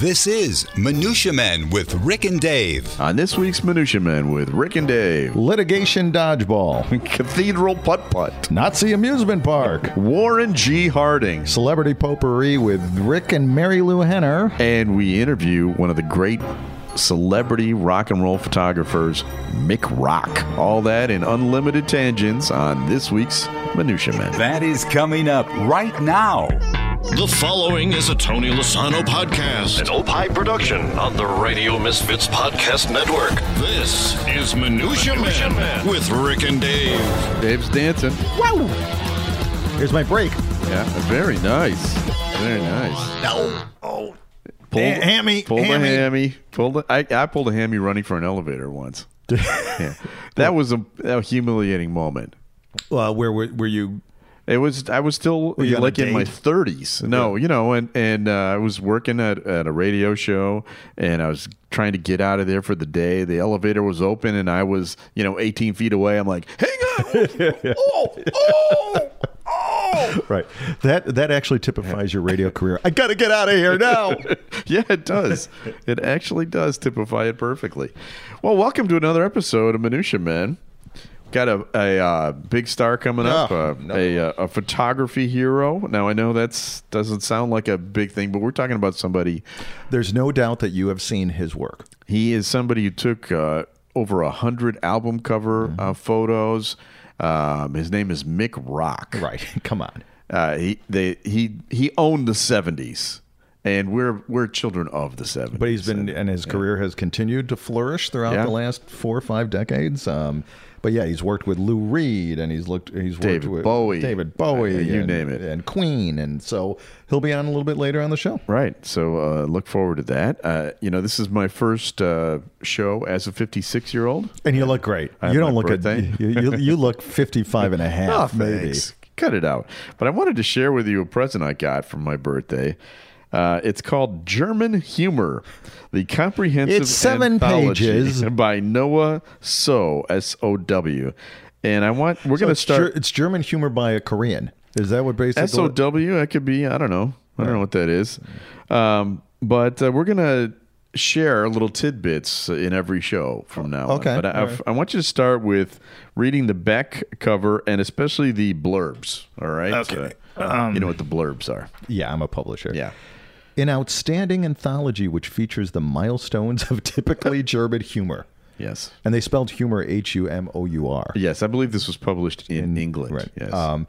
This is Minutia Men with Rick and Dave. On this week's Minutia Men with Rick and Dave, Litigation Dodgeball. Cathedral Putt Putt, Nazi Amusement Park. Warren G. Harding, Celebrity Potpourri with Rick and Mary Lou Henner. and we interview one of the great celebrity rock and roll photographers, Mick Rock. All that in unlimited tangents on this week's Minutia Men. That is coming up right now. The following is a Tony Lasano podcast. an Opie production on the Radio Misfits Podcast Network. This is Minutia, Man, with Rick and Dave. Dave's dancing. Here's my break. Yeah, very nice. Very nice. No. Oh. Pull, Ha- hammy, Pull the hammy. hammy. Pull the, I, I pulled a hammy running for an elevator once. Yeah. That was a, a humiliating moment. Uh, where were, were you? It was I was still you on a like in my date? thirties. No, you know, and and uh, I was working at, at a radio show, and I was trying to get out of there for the day. The elevator was open, and I was you know eighteen feet away. I'm like, hang on, oh, oh, oh. Right. That that actually typifies your radio career. I got to get out of here now. yeah, it does. It actually does typify it perfectly. Well, welcome to another episode of Minutia Man. Got a, a uh, big star coming up, Oh, uh, a, uh, a photography hero. Now I know that's doesn't sound like a big thing, but we're talking about somebody. There's no doubt that you have seen his work. He is somebody who took uh, over a hundred album cover Mm-hmm. uh, photos. Um, his name is Mick Rock. Right. Come on. Uh, he they he he owned the seventies, and we're we're children of the seventies. But he's been, and his career has continued to flourish throughout Yeah. the last four or five decades. Um, but yeah, he's worked with Lou Reed, and he's looked, he's worked David with Bowie. David Bowie, Uh, you and- name it. and Queen, and so he'll be on a little bit later on the show. Right. So uh, look forward to that. Uh, you know, this is my first uh, show as a 56 year old. And you look great. I you have don't my look birthday. Oh, at you, you. You look 55 and a half, maybe. Cut it out. But I wanted to share with you a present I got from my birthday. Uh, it's called German Humor, the comprehensive It's seven anthology pages. by Noah So S O W, and I want we're going to it's, Ger- start it's German humor by a Korean. Is that what basically? S O W. That could be I don't know. I don't know what that is. Um, but uh, we're gonna share little tidbits in every show from now. Okay. On. But I, All I've- I want you to start with reading the back cover and especially the blurbs. All right. Okay. you know what the blurbs are. Um, yeah, I'm a publisher. Yeah. An outstanding anthology which features the milestones of typically German humor. Yes. And they spelled humor H U M O U R. Yes, I believe this was published in, England. Right. Yes. Um,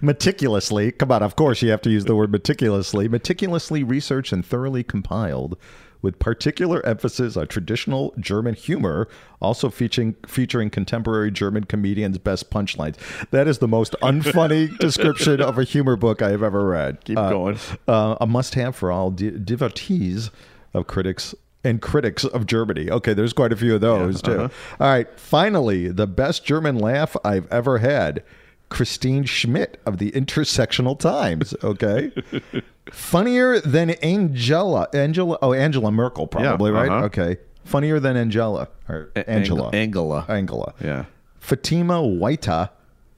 meticulously, come on, of course you have to use the word meticulously, meticulously researched and thoroughly compiled with particular emphasis on traditional German humor, also featuring featuring contemporary German comedians' best punchlines. That is the most unfunny description of a humor book I have ever read. Keep going. Uh, a must-have for all di- devotees of critics and critics of Germany. Okay, there's quite a few of those too. uh-huh. All right, finally, the best German laugh I've ever had. Christine Schmidt of the Intersectional Times. Okay, funnier than Angela. Angela. Oh, Angela Merkel, probably right. uh-huh. Okay, funnier than Angela or A- Ang- Angela. Angela. Angela. yeah. Fatima Waita,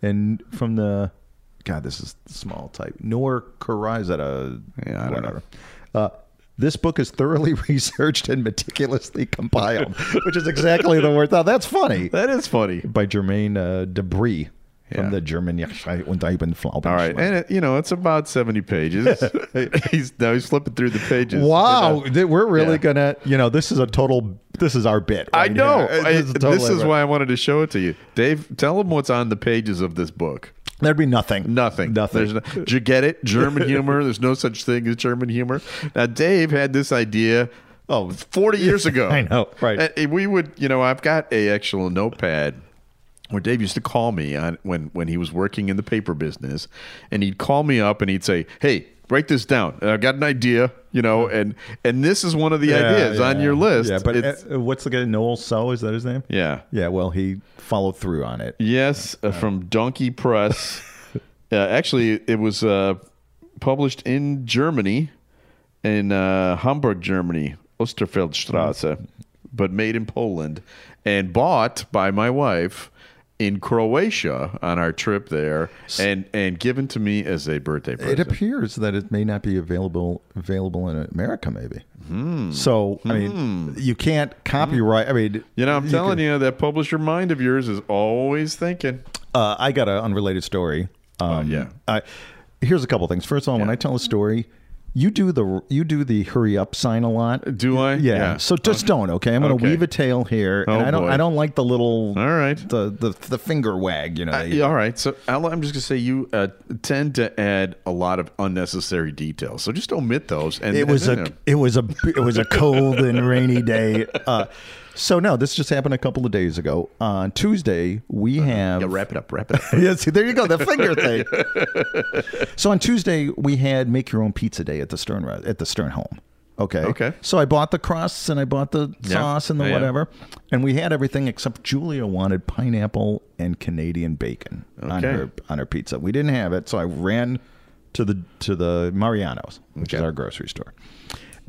and from the God, this is small type. Nor Karizata. Yeah, I don't Uh, this book is thoroughly researched and meticulously compiled, which is exactly the word. Now that's funny. That is funny. By Germaine uh, Debris Yeah. from the German und All All right, and it, you know it's about seventy pages. he's now he's flipping through the pages. Wow, You know? th- we're really Yeah. gonna, you know, this is a total. This is our bit. I right know. here. Uh, I- this is, totally right. why I wanted to show it to you, Dave. Tell them what's on the pages of this book. there'd be nothing. Nothing. Nothing. There's no, did you get it? German humor. There's no such thing as German humor. Now, Dave had this idea. Oh, 40 years ago. I know, right. And- and we would, you know, I've got a actual notepad where Dave used to call me on when when he was working in the paper business, and he'd call me up and he'd say, "Hey, write this down. I've got an idea, you know, and and this is one of the Yeah, ideas on yeah. your list." Yeah, but It's- uh, what's the guy? Noel So is that his name? yeah, Yeah. Well, he followed through on it. Yes, uh, from Donkey Press. uh, actually, it was uh, published in Germany, in uh, Hamburg, Germany, Osterfeldstrasse, but made in Poland and bought by my wife in Croatia on our trip there, and and given to me as a birthday It present. appears that it may not be available available in America, maybe. Hmm. So I mean, you can't copyright. I mean, you know, I'm telling you, that publisher mind of yours is always thinking. Uh, I got an unrelated story. Um, yeah. I, here's a couple things. First of all, when I tell a story, you do the you do the hurry up sign a lot. Do I? Yeah. So just don't. Okay. I'm going to Okay. weave a tail here, and Oh, I don't. boy. I don't like the little. All right. The the, the finger wag. You know. Uh, yeah, all right. So Al, I'm just going to say you uh, tend to add a lot of unnecessary details. So just omit those. And It was and a then- uh, it was a it was a cold and rainy day. Uh, so no, this just happened a couple of days ago. On Tuesday, we have yeah, wrap it up. Wrap it up. yeah, see, there you go, the finger thing. so on Tuesday we had make your own pizza day at the Stern Res- at the Stern home. Okay. Okay. So I bought the crusts and I bought the Yeah. sauce and the Yeah, yeah. whatever, and we had everything except Julia wanted pineapple and Canadian bacon on Okay. her on her pizza. We didn't have it, so I ran to the to the Mariano's, which is Okay. our grocery store,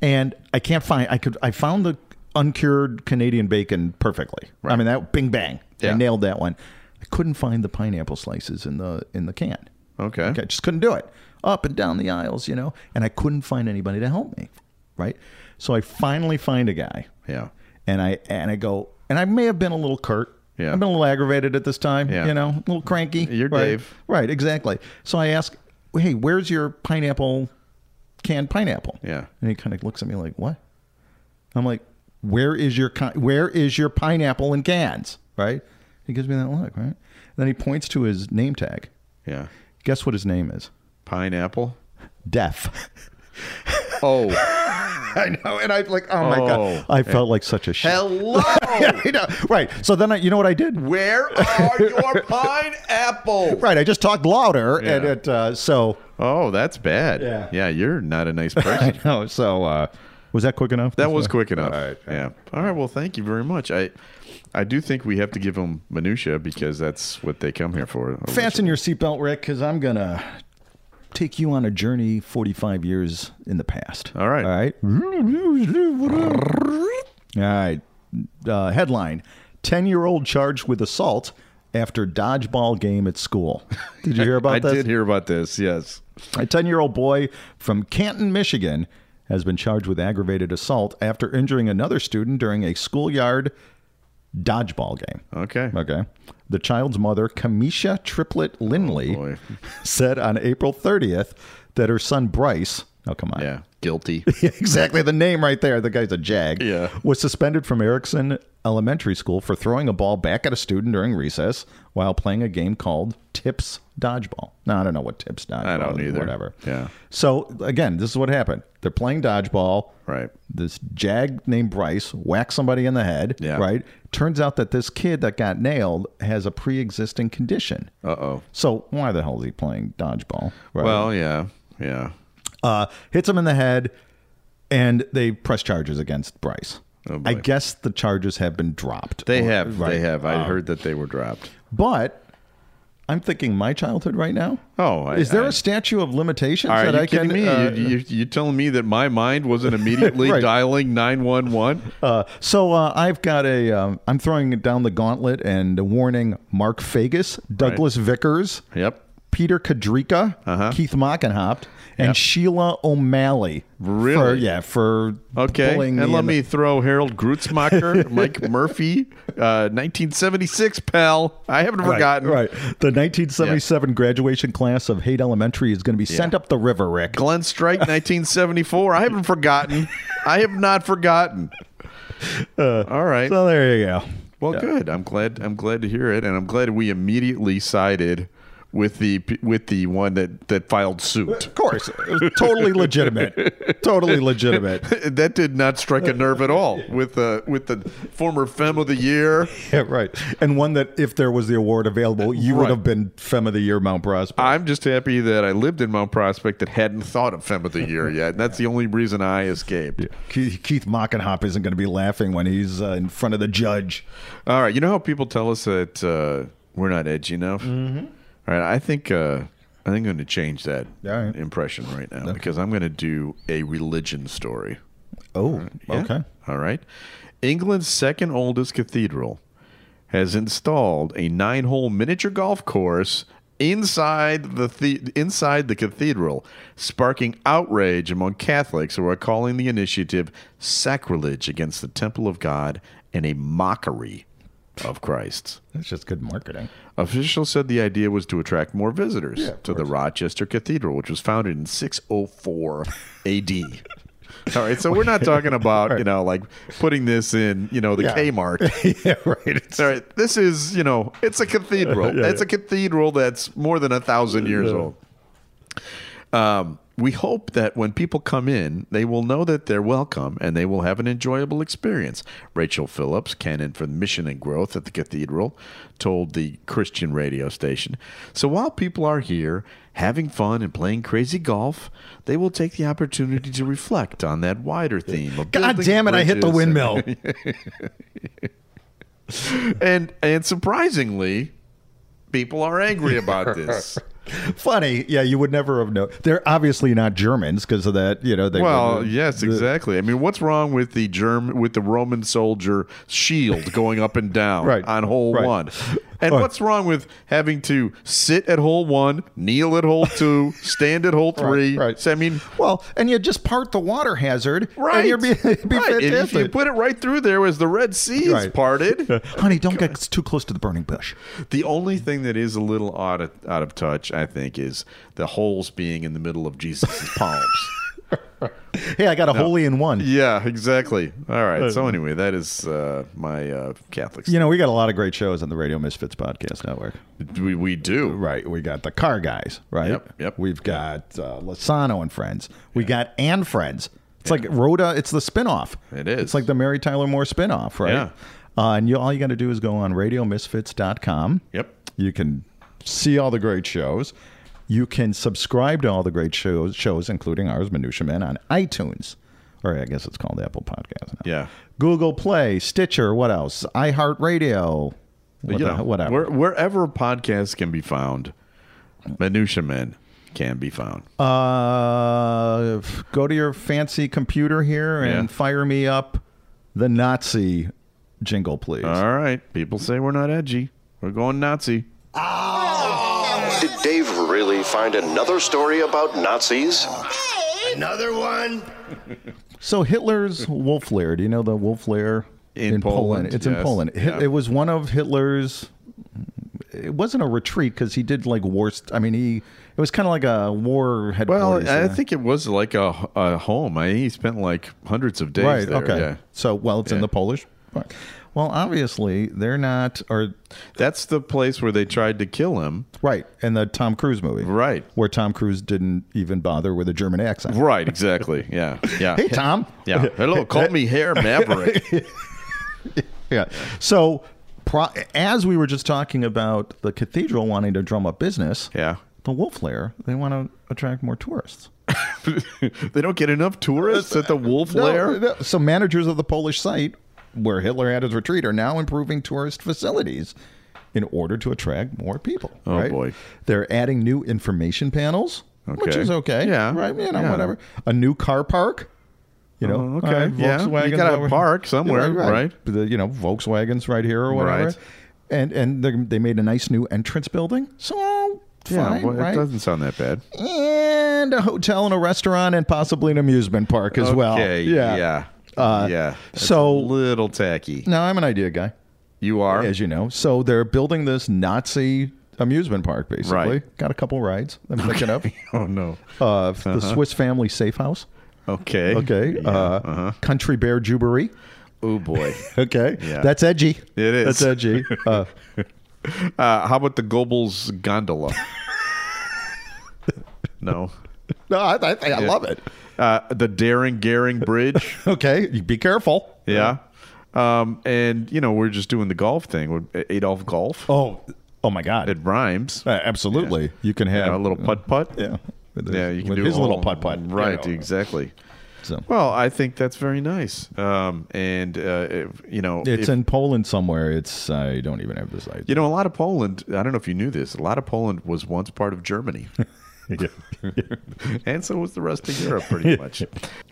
and I can't find. I could I found the uncured Canadian bacon perfectly. I mean that bing bang. I Yeah. nailed that one. I couldn't find the pineapple slices in the in the can. Okay. Okay, just couldn't do it. Up and down the aisles, you know, and I couldn't find anybody to help me, right? So I finally find a guy. Yeah. And I and I go and I may have been a little curt. Yeah. I've been a little aggravated at this time, Yeah. you know, a little cranky. You're right? Dave. Right, exactly. So I ask, "Hey, where's your pineapple canned pineapple?" Yeah. And he kind of looks at me like, "What?" I'm like, "Where is your ki- where is your pineapple in cans?" Right? He gives me that look, right? then he points to his name tag. Yeah. Guess what his name is? Pineapple. Deaf. Oh, I know, and I like, oh my Oh. god, I felt like such a shit. hello. Yeah, I know. Right. So then, I, you know what I did? Where are your pineapple? Right. I just talked louder, and Yeah. it. Uh, so Oh, that's bad. Yeah. Yeah, you're not a nice person. I know. So uh, was that quick enough? That was quick enough. All right. Yeah. All right. Well, thank you very much. I, I do think we have to give them minutia because that's what they come here for. Fasten your seatbelt, Rick, because I'm gonna take you on a journey 45 years in the past. All right. All right. All right. Uh, headline: Ten-year-old charged with assault after dodgeball game at school. Did you hear about I this? did hear about this. Yes. A 10 year old boy from Canton, Michigan, has been charged with aggravated assault after injuring another student during a schoolyard dodgeball game. Okay. Okay. The child's mother, Kamisha Triplet Lindley, Oh, boy. said on April 30th that her son Bryce, oh, come on. Yeah. Guilty. exactly. The name right there. The guy's a jag. Yeah. Was suspended from Erickson Elementary School for throwing a ball back at a student during recess while playing a game called Tips Dodgeball. Now, I don't know what Tips Dodgeball I don't is, either. Whatever. Yeah. So, again, this is what happened. They're playing dodgeball. Right. This jag named Bryce whacks somebody in the head. Yeah. Right. Turns out that this kid that got nailed has a pre existing condition. Uh oh. So, why the hell is he playing dodgeball? Right Well, yeah. Yeah. uh, hits him in the head, and they press charges against Bryce. Oh, boy. I guess the charges have been dropped. They Or- have. right. They have. I heard that they were dropped. But I'm thinking my childhood right now. Oh, I- is there a I- statue of limitations Are that you I kidding can? me? uh, you, you, you telling me that my mind wasn't immediately Right. dialing nine one one? uh, so uh, I've got a. Um, I'm throwing down the gauntlet and warning: Mark Fagus, Douglas Vickers, Yep. Peter Kadrika, Uh-huh. Keith Mockenhaupt, and Yep. Sheila O'Malley. Really? For, yeah. For Okay, bullying and let in the- me throw Harold Grootsmacher, Mike Murphy, uh, 1976, pal. I haven't forgotten. Right. The 1977 graduation class of Haight Elementary is going to be sent up the river, Rick. Glenn Strike, 1974. I haven't forgotten. I have not forgotten. All right. Uh, So there you go. well, good. I'm glad. I'm glad to hear it, and I'm glad we immediately sided with the with the one that that filed suit. Of course. It was totally legitimate. Totally legitimate. that did not strike a nerve at all with uh, with the former femme of the year. Yeah, right. And one that if there was the award available, you would Right. have been Femme of the Year Mount Prospect. I'm just happy that I lived in Mount Prospect that hadn't thought of Femme of the Year yet. And that's the only reason I escaped. Keith, Keith Mockenhop isn't going to be laughing when he's uh, in front of the judge. All right. You know how people tell us that uh, we're not edgy enough? Mm-hmm. right. I think. Uh, I think I'm going to change that All right. impression right now because I'm going to do a religion story. Oh, Yeah. okay. All right. England's second oldest cathedral has installed a nine-hole miniature golf course inside the, the inside the cathedral, sparking outrage among Catholics who are calling the initiative sacrilege against the temple of God and a mockery of Christ. That's just good marketing. Officials said the idea was to attract more visitors to the Rochester Cathedral, which was founded in 604 AD. All right, so we're not talking about, you know, like putting this in, you know, the Yeah. Kmart. yeah, right. It's, All right, this is, you know, it's a cathedral. it's a cathedral that's more than a thousand years old. Um, we hope that when people come in, they will know that they're welcome and they will have an enjoyable experience. Rachel Phillips, canon for mission and growth at the cathedral, told the Christian radio station. So while people are here having fun and playing crazy golf, they will take the opportunity to reflect on that wider theme. Of God building damn it! I hit the bridges and- windmill. and and surprisingly, people are angry about this. Funny, yeah. You would never have known. They're obviously not Germans because of that. You know, they Well, wouldn't- yes, exactly. I mean, what's wrong with the germ with the Roman soldier shield going up and down Right, on hole right. one? And Oh. what's wrong with having to sit at hole one, kneel at hole two, stand at hole three? right. So, I mean, Well, and you just part the water hazard, right? And you'd be, it'd be right. And if fantastic. you put it right through there, as the Red Sea is Right. parted. Honey, don't get too close to the burning bush. The only thing that is a little out of, out of touch, I think, is the holes being in the middle of Jesus' palms. Hey, I got a holy in one. Yeah, exactly. All right. So anyway, that is uh, my uh, Catholic. You know, we got a lot of great shows on the Radio Misfits Podcast Network. we we do. Right. We got the Car Guys, right? Yep, yep. We've got uh, Lasano and Friends. We got And Friends. It's like Rhoda, it's the spinoff. It is. It's like the Mary Tyler Moore spinoff, right? Yeah. Uh, and you, all you got to do is go on radiomisfits.com. Yep. You can see all the great shows. You can subscribe to all the great shows, shows including ours, Minutia Men, on iTunes. Or I guess it's called Apple Podcast now. Yeah. Google Play, Stitcher, what else? iHeartRadio. What You the- know, whatever. where- wherever podcasts can be found, Minutia Men can be found. Uh, f- go to your fancy computer here and Yeah. fire me up the Nazi jingle, please. All right. People say we're not edgy. We're going Nazi. Did Dave really find another story about Nazis? Another one? So Hitler's wolf lair. Do you know the wolf lair Mm-hmm. In Poland, It's in yes. Poland. Hit, Yeah. It was one of Hitler's. It wasn't a retreat because he did like war. St- I mean, he it was kind of like a war Well, headquarters. I yeah. think it was like a, a home. I he spent like hundreds of days right. there. okay. Yeah. So well, it's in the Polish. Well, obviously they're not. Or That's the place where they tried to kill him. Right, in the Tom Cruise movie. Right. Where Tom Cruise didn't even bother with a German accent. Right, exactly. Yeah. Yeah. Hey, Tom. Yeah. Hello, call me Hair Maverick. Yeah. So, pro- as we were just talking about the cathedral wanting to drum up business, Yeah. the Wolf Lair, they want to attract more tourists. they don't get enough tourists at the Wolf Lair. No, no. So, managers of the Polish site where Hitler had his retreat are now improving tourist facilities in order to attract more people. Oh, right? boy. They're adding new information panels, which Okay. is okay. Yeah. Right? You know, Yeah. whatever. A new car park. You know, Oh, okay. all Yeah. Volkswagen's You gotta over- park somewhere, right? The, you know, Volkswagens right here or whatever. Right. And and they- they made a nice new entrance building. So fine, well, right? it doesn't sound that bad. and a hotel and a restaurant and possibly an amusement park as well. Okay, yeah, yeah. Uh, That's so- a little tacky. Now I'm an idea guy, You are. as you know. So they're building this Nazi amusement park, basically. Right. Got a couple rides. I'm picking up. Oh no. Uh, The Swiss Family Safe House. Okay. Okay. Uh-huh. Yeah. uh-huh. uh, Country Bear Jubilee. oh boy. Okay. Yeah. That's edgy. It is. That's edgy. Uh, Uh, how about the Goebbels gondola? no. no, I, I, I love it. Uh, the Daring Garing Bridge. Okay. you Be careful. yeah. Um, and you know we're just doing the golf thing. We're- Adolf Golf. Oh, oh my God. It rhymes. Uh, absolutely. You can have You know, a little putt putt. Yeah. With his, Yeah, you can with do his a little whole- putt putt. Right, exactly. So. Well, I think that's very nice. Um, and uh, if- you know, It's if- in Poland somewhere. It's I don't even have this idea. You know, a lot of Poland, I don't know if you knew this, a lot of Poland was once part of Germany. and so was the rest of Europe, pretty much.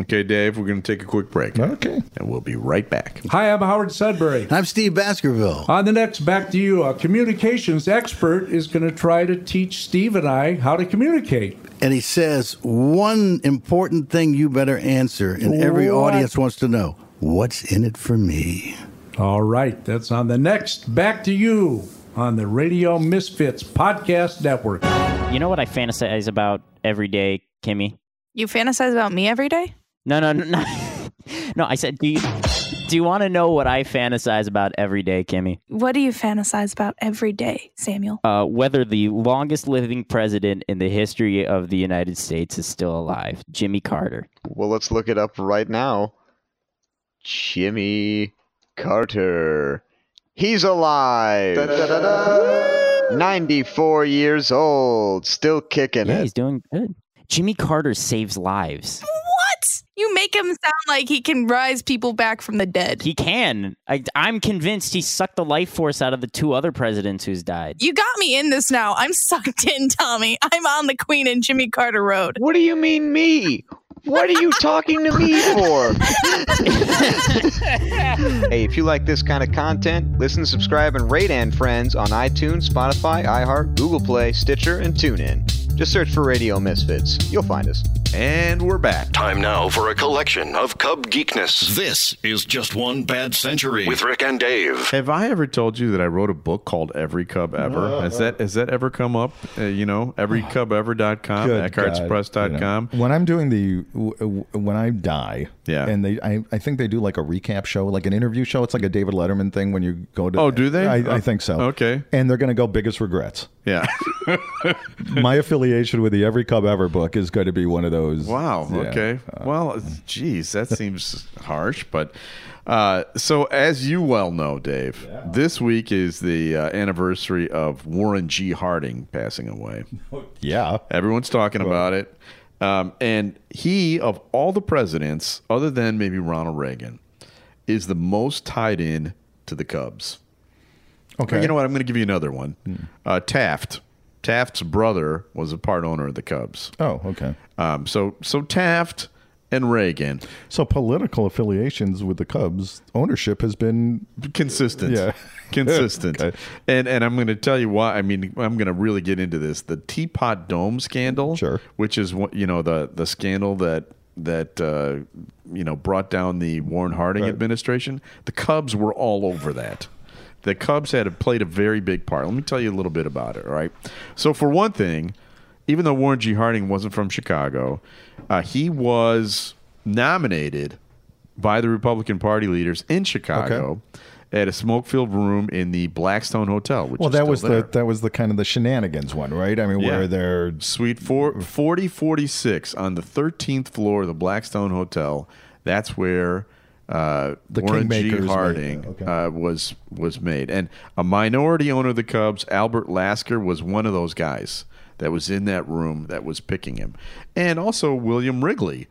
Okay, Dave, we're going to take a quick break. Okay. And we'll be right back. Hi, I'm Howard Sudbury. I'm Steve Baskerville. On the next Back to You, a communications expert is going to try to teach Steve and I how to communicate. And he says, one important thing you better answer, and every What? audience wants to know what's in it for me? All right, that's on the next Back to You on the Radio Misfits Podcast Network. You know what I fantasize about every day, Kimmy? You fantasize about me every day? No, no, no, no. no I said, do you do you want to know what I fantasize about every day, Kimmy? What do you fantasize about every day, Samuel? Uh, whether the longest living president in the history of the United States is still alive, Jimmy Carter. Well, let's look it up right now. Jimmy Carter. He's alive. 94 years old, still kicking Yeah, it. he's doing good. Jimmy Carter saves lives. What? You make him sound like he can rise people back from the dead. He can. I, I'm convinced he sucked the life force out of the two other presidents who's died. you got me in this now. I'm sucked in, Tommy. I'm on the Queen and Jimmy Carter Road. What do you mean, me? What are you talking to me for? hey, if you like this kind of content, listen, subscribe, and rate and friends on iTunes, Spotify, iHeart, Google Play, Stitcher, and TuneIn. Just search for Radio Misfits. You'll find us. And we're back. Time now for a collection of Cub Geekness This is just one bad century. with Rick and Dave. Have I ever told you that I wrote a book called Every Cub Ever? Uh-huh. Has that has that ever come up? Uh, you know, everycubever.com, Oh. Good God, you know. eckartspress.com. When I'm doing the w- w- when I die, Yeah. and they I, I think they do like a recap show, like an interview show. It's like a David Letterman thing when you go to. Oh, do they? I, Oh, I think so. okay. and they're gonna go biggest regrets. Yeah. My affiliation with the Every Cub Ever book is going to be one of those. Wow. Yeah. uh, mm. Okay. Well, geez, that seems harsh, but uh, so as you well know, Dave, this week is the uh, anniversary of Warren G. Harding passing away. Yeah. Everyone's talking about it, um, and he of all the presidents, other than maybe Ronald Reagan, is the most tied in to the Cubs. Okay. Hmm. You know what? I'm going to give you another one. Uh, Taft. Taft's brother was a part owner of the Cubs. Oh, okay. Um, so so Taft and Reagan So political affiliations with the Cubs ownership has been consistent, Yeah. consistent. Okay. And and I'm going to tell you why. I mean, I'm going to really get into this. The Teapot Dome scandal, Sure. which is what you know the the scandal that that uh, you know brought down the Warren Harding administration. The Cubs were all over that. The Cubs had played a very big part. Let me tell you a little bit about it. All right. So for one thing, even though Warren G. Harding wasn't from Chicago, uh, he was nominated by the Republican Party leaders in Chicago at a smoke-filled room in the Blackstone Hotel. Which well. is That still was there. the that was the kind of the shenanigans one, right? I mean, Yeah. where they're Suite four, 4046 on the 13th floor of the Blackstone Hotel. That's where uh, The Warren G. Kingmakers made Harding it, okay. uh, was was made. And a minority owner of the Cubs, Albert Lasker, was one of those guys that was in that room that was picking him. And also William Wrigley.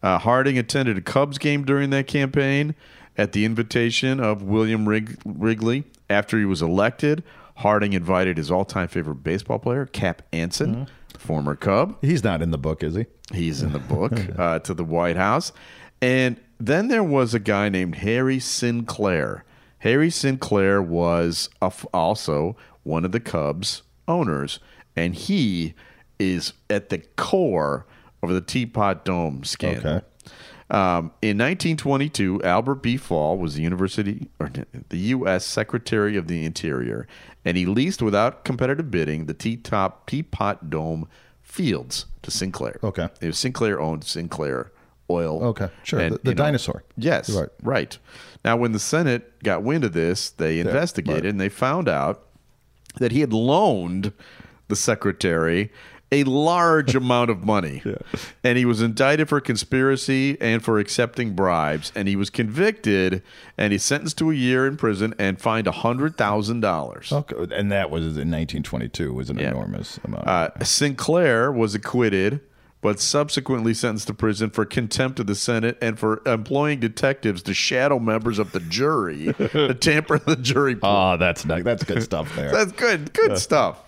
Uh, Harding attended a Cubs game during that campaign at the invitation of William Rig- Wrigley. After he was elected, Harding invited his all-time favorite baseball player, Cap Anson, Mm-hmm. former Cub, he's not in the book, is he? He's in the book uh, to the White House. And then there was a guy named Harry Sinclair. Harry Sinclair was a f also one of the Cubs owners, and he is at the core of the Teapot Dome scandal. Okay. Um, in 1922, Albert B. Fall was the university or the U.S. Secretary of the Interior, and he leased without competitive bidding the Teatop Teapot Dome fields to Sinclair. Okay. it was Sinclair owned Sinclair Oil. Okay, sure. and, The- the you know, dinosaur. yes, Right. right. Now, when the Senate got wind of this, they investigated and they found out that he had loaned the secretary a large amount of money. And he was indicted for conspiracy and for accepting bribes. And he was convicted and he's sentenced to a year in prison and fined $100,000. Okay, and that was in 1922 was an Yeah. enormous amount. Uh, Sinclair was acquitted, but subsequently sentenced to prison for contempt of the Senate and for employing detectives to shadow members of the jury to tamper the jury pool. Ah, that's nice. That's good stuff there. That's good. Good stuff.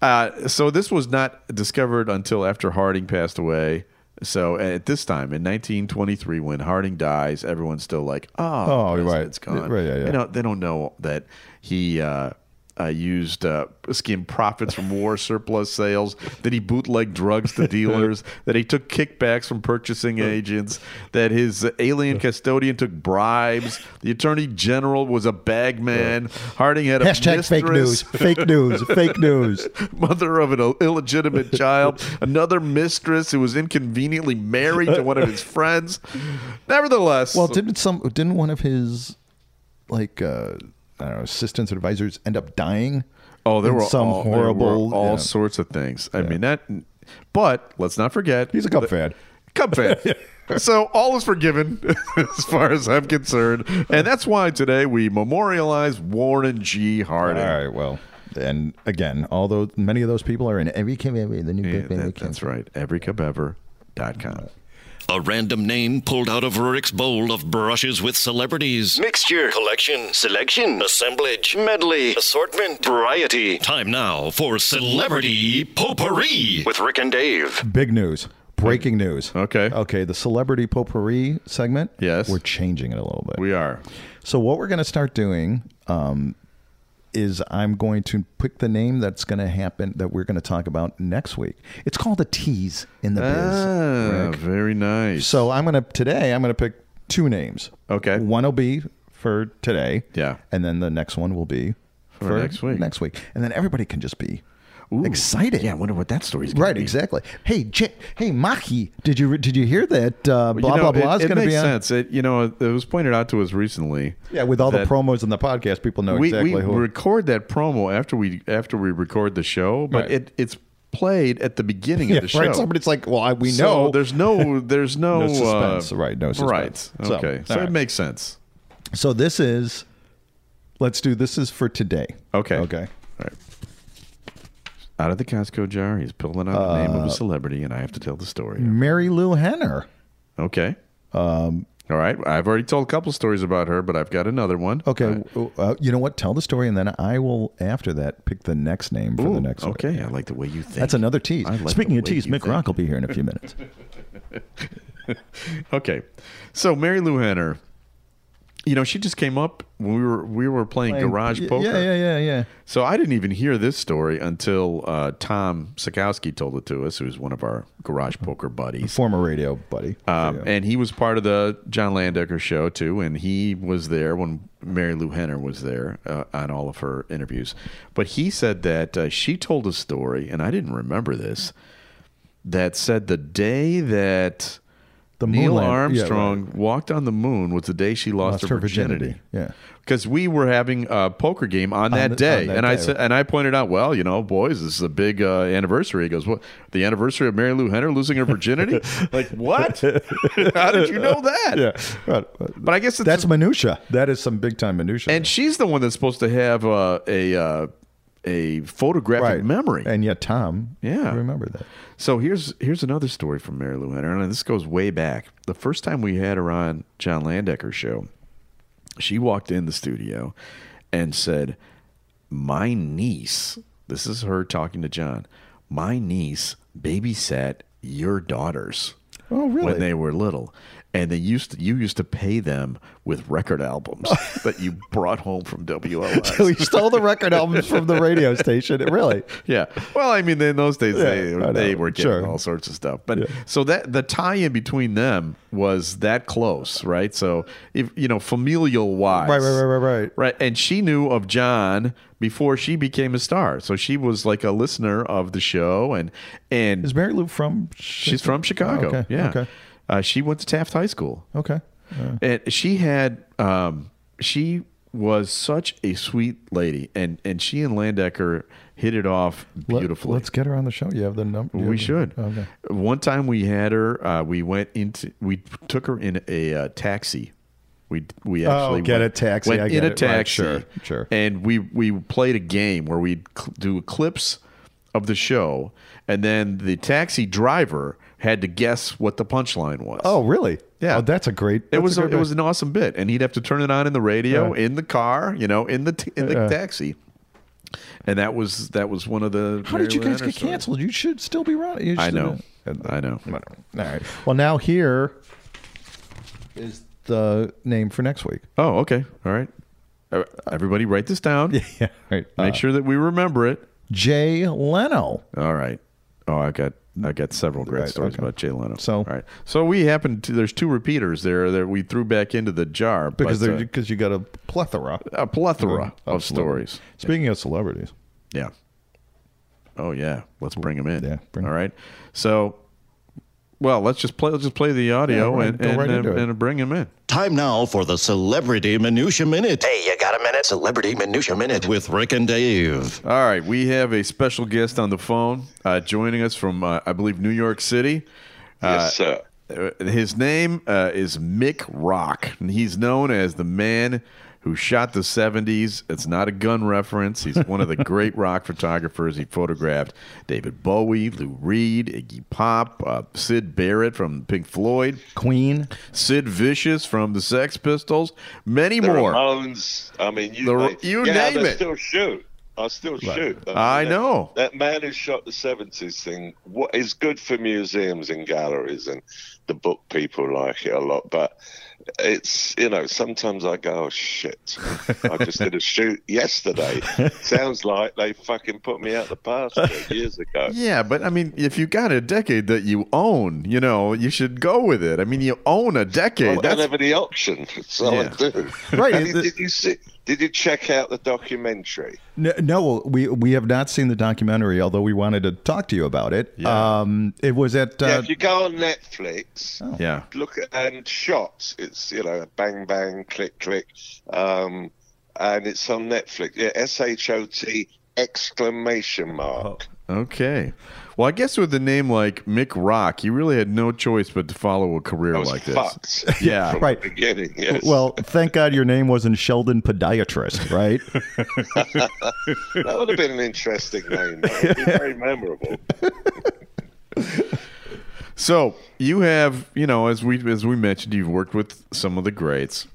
Uh, so this was not discovered until after Harding passed away. So at this time in 1923, when Harding dies, everyone's still like, "Oh, Oh, the right. president's gone." Right, yeah, yeah. They don't they don't know that he uh, uh, used uh, skimmed profits from war surplus sales, that he bootlegged drugs to dealers, that he took kickbacks from purchasing agents, that his alien custodian took bribes, the attorney general was a bag man, Harding had a Hashtag mistress, fake news. Fake news. Fake news. mother of an illegitimate child, another mistress who was inconveniently married to one of his friends. Nevertheless, Well, didn't some didn't one of his like uh, I don't know assistants or advisors end up dying? oh, there in were some all, there were horrible all yeah. sorts of things. I mean that, but let's not forget He's a Cub fan. Cub fan. So all is forgiven as far as I'm concerned, and that's why today we memorialize Warren G. All Harding. right. Well, and again, although many of those people are in every community, the new Yeah, big that- that's right. Everycubever.com. A random name pulled out of Rick's bowl of brushes with celebrities. Mixture, Collection. selection, Assemblage. medley, Assortment. variety Time now for Celebrity Potpourri. with Rick and Dave. Big news. Breaking news. Okay. Okay. The celebrity potpourri segment. Yes. We're changing it a little bit. We are. So what we're going to start doing um, is I'm going to pick the name that's going to happen that we're going to talk about next week. It's called a tease in the biz. Ah, Rick. very nice. So I'm going to today I'm going to pick two names. Okay. One will be for today. Yeah. And then the next one will be for, next week. Next week. And then everybody can just be excited. Yeah, I wonder what that story's gonna Right, be. exactly. Hey, J- hey, Maki, did you re- did you hear that? Uh, But, blah you know, blah blah it, is it going to makes be on. sense. It you know it was pointed out to us recently. Yeah, with all the that promos and the podcast, people know we, exactly we who. record that promo after we after we record the show, but Right. it it's played at the beginning yeah, of the show. right. Somebody's like, well, I, we So know. there's no there's no, No uh, suspense, right, no suspense. Right. So, Okay. So, all it right. makes sense. so this is. Let's do this is for today. Okay. Okay. All right. Out of the Costco jar, he's pulling out the name Uh, of a celebrity, and I have to tell the story. Mary Lou Henner. Okay. Um, All right. I've already told a couple stories about her, but I've got another one. Okay, Uh, w- uh, you know what? Tell the story, and then I will after that pick the next name for ooh, the next. one. okay. I like the way you think. That's another tease. I like the Speaking of way tease, you Mick think. Rock will be here in a few minutes. Okay. So Mary Lou Henner, you know, she just came up when we were we were playing, garage yeah, poker. Yeah, yeah, yeah, yeah. So I didn't even hear this story until uh, Tom Sikowski told it to us, who's one of our garage poker buddies. Former radio buddy. Um, Yeah. And he was part of the John Landecker show too, and he was there when Mary Lou Henner was there uh, on all of her interviews. But he said that uh, she told a story, and I didn't remember this. That said, the day that The moon Neil land- yeah, Armstrong right. walked on the moon was the day she lost, her, virginity. Yeah. Because we were having a poker game on that the- on day, that and I day. said, and I pointed out, well, you know, boys, this is a big uh, anniversary. He goes, what? The anniversary of Mary Lou Henner losing her virginity? like what? How did you know that? Right. But I guess it's That's minutia. That is some big time minutia. and she's the one that's supposed to have uh, a uh, a photographic right. memory. And yet Tom Yeah. remember that. So here's here's another story from Mary Lou Henner, and this goes way back. The first time we had her on John Landecker's show, she walked in the studio and said, "My niece, this is her talking to John. My niece babysat your daughters. Oh, really? When they were little." And they used to, you used to pay them with record albums that you brought home from WLS. So he stole the record albums from the radio station. Really? Yeah. Well, I mean, in those days, they, I know. they were getting Sure. all sorts of stuff. But so that the tie in between them was that close, right? So, if you know, familial wise. Right, right, right, right, right. Right. And she knew of John before she became a star. So she was like a listener of the show. And, and Is Mary Lou from? she's from Chicago. okay. Yeah. Okay. Oh, Uh, she went to Taft High School. Okay. And she had um, she was such a sweet lady, and and she and Landecker hit it off Let- beautifully. Let's get her on the show. You have the number. we should. Okay. One time we had her. Uh, we went into. We took her in a uh, taxi. We we Oh, actually get went- a taxi. Went I in get a it. Right, taxi. sure, sure. And we we played a game where we'd cl- do clips of the show, and then the taxi driver had to guess what the punchline was. Oh, really? Yeah. Oh, that's a great. It that's was a a, great it was bit. an awesome bit, and he'd have to turn it on in the radio, Yeah. in the car, you know, in the t- in the Yeah. taxi. and that was that was one of the. How did you guys get canceled? You should still be running. You I should- know, I know. All right. Well, now here is the name for next week. Oh, okay, all right. Uh, Everybody, write this down. Yeah, Uh. right. Uh, Make sure that we remember it. Jay Leno. All right. Oh, I got I got several great Right, stories okay. about Jay Leno. So- all right. So we happened to there's two repeaters there that we threw back into the jar Because but, they're Uh-huh. because you got a plethora uh, a plethora of of celebrities. stories. Speaking of celebrities, Yeah. Oh yeah. Let's bring them in. Yeah, bring 'em. all right. So, well, let's just play. Let's just play the audio Yeah, right, and go and, right into and, it. and bring them in. Time now for the Celebrity Minutia Minute. Hey, you got a minute? Celebrity Minutia Minute with Rick and Dave. All right, we have a special guest on the phone uh, joining us from, uh, I believe, New York City. Yes, sir. Uh, his name uh, is Mick Rock. and He's known as the man who shot the 70s. It's not a gun reference. He's one of the great rock photographers. He photographed David Bowie, Lou Reed, Iggy Pop, uh, Sid Barrett from Pink Floyd, Queen, Sid Vicious from the Sex Pistols, many The more. Ramones. I mean, you, The- like- you yeah, name they it. still Oh, shoot. I still shoot. mean, I that- know. that man who shot the seventies thing. What is good for museums and galleries and the book people like it a lot, but it's you know sometimes I go oh shit, I just did a shoot yesterday. Sounds like they fucking put me out the pasture years ago. Yeah, but I mean, if you got a decade that you own, you know, you should go with it. I mean, you own a decade. Well, I That's don't have any option, so Yeah. I do. Right, Did, is the- did you see? Did you check out the documentary? No, no, we we have not seen the documentary, although we wanted to talk to you about it. Um, it was at yeah, uh, if you go on Netflix, yeah. look at um, shots. It's you know bang bang click click, um, and it's on Netflix. Yeah, S H O T exclamation mark. Oh, Okay. Well, I guess with a name like Mick Rock, you really had no choice but to follow a career I was like this. fucked. Yeah. from Right. The beginning. Yes. well, thank God your name wasn't Sheldon Podiatrist, right? that would have been an interesting name. That would be very memorable. So you have, you know, as we as we mentioned, you've worked with some of the greats.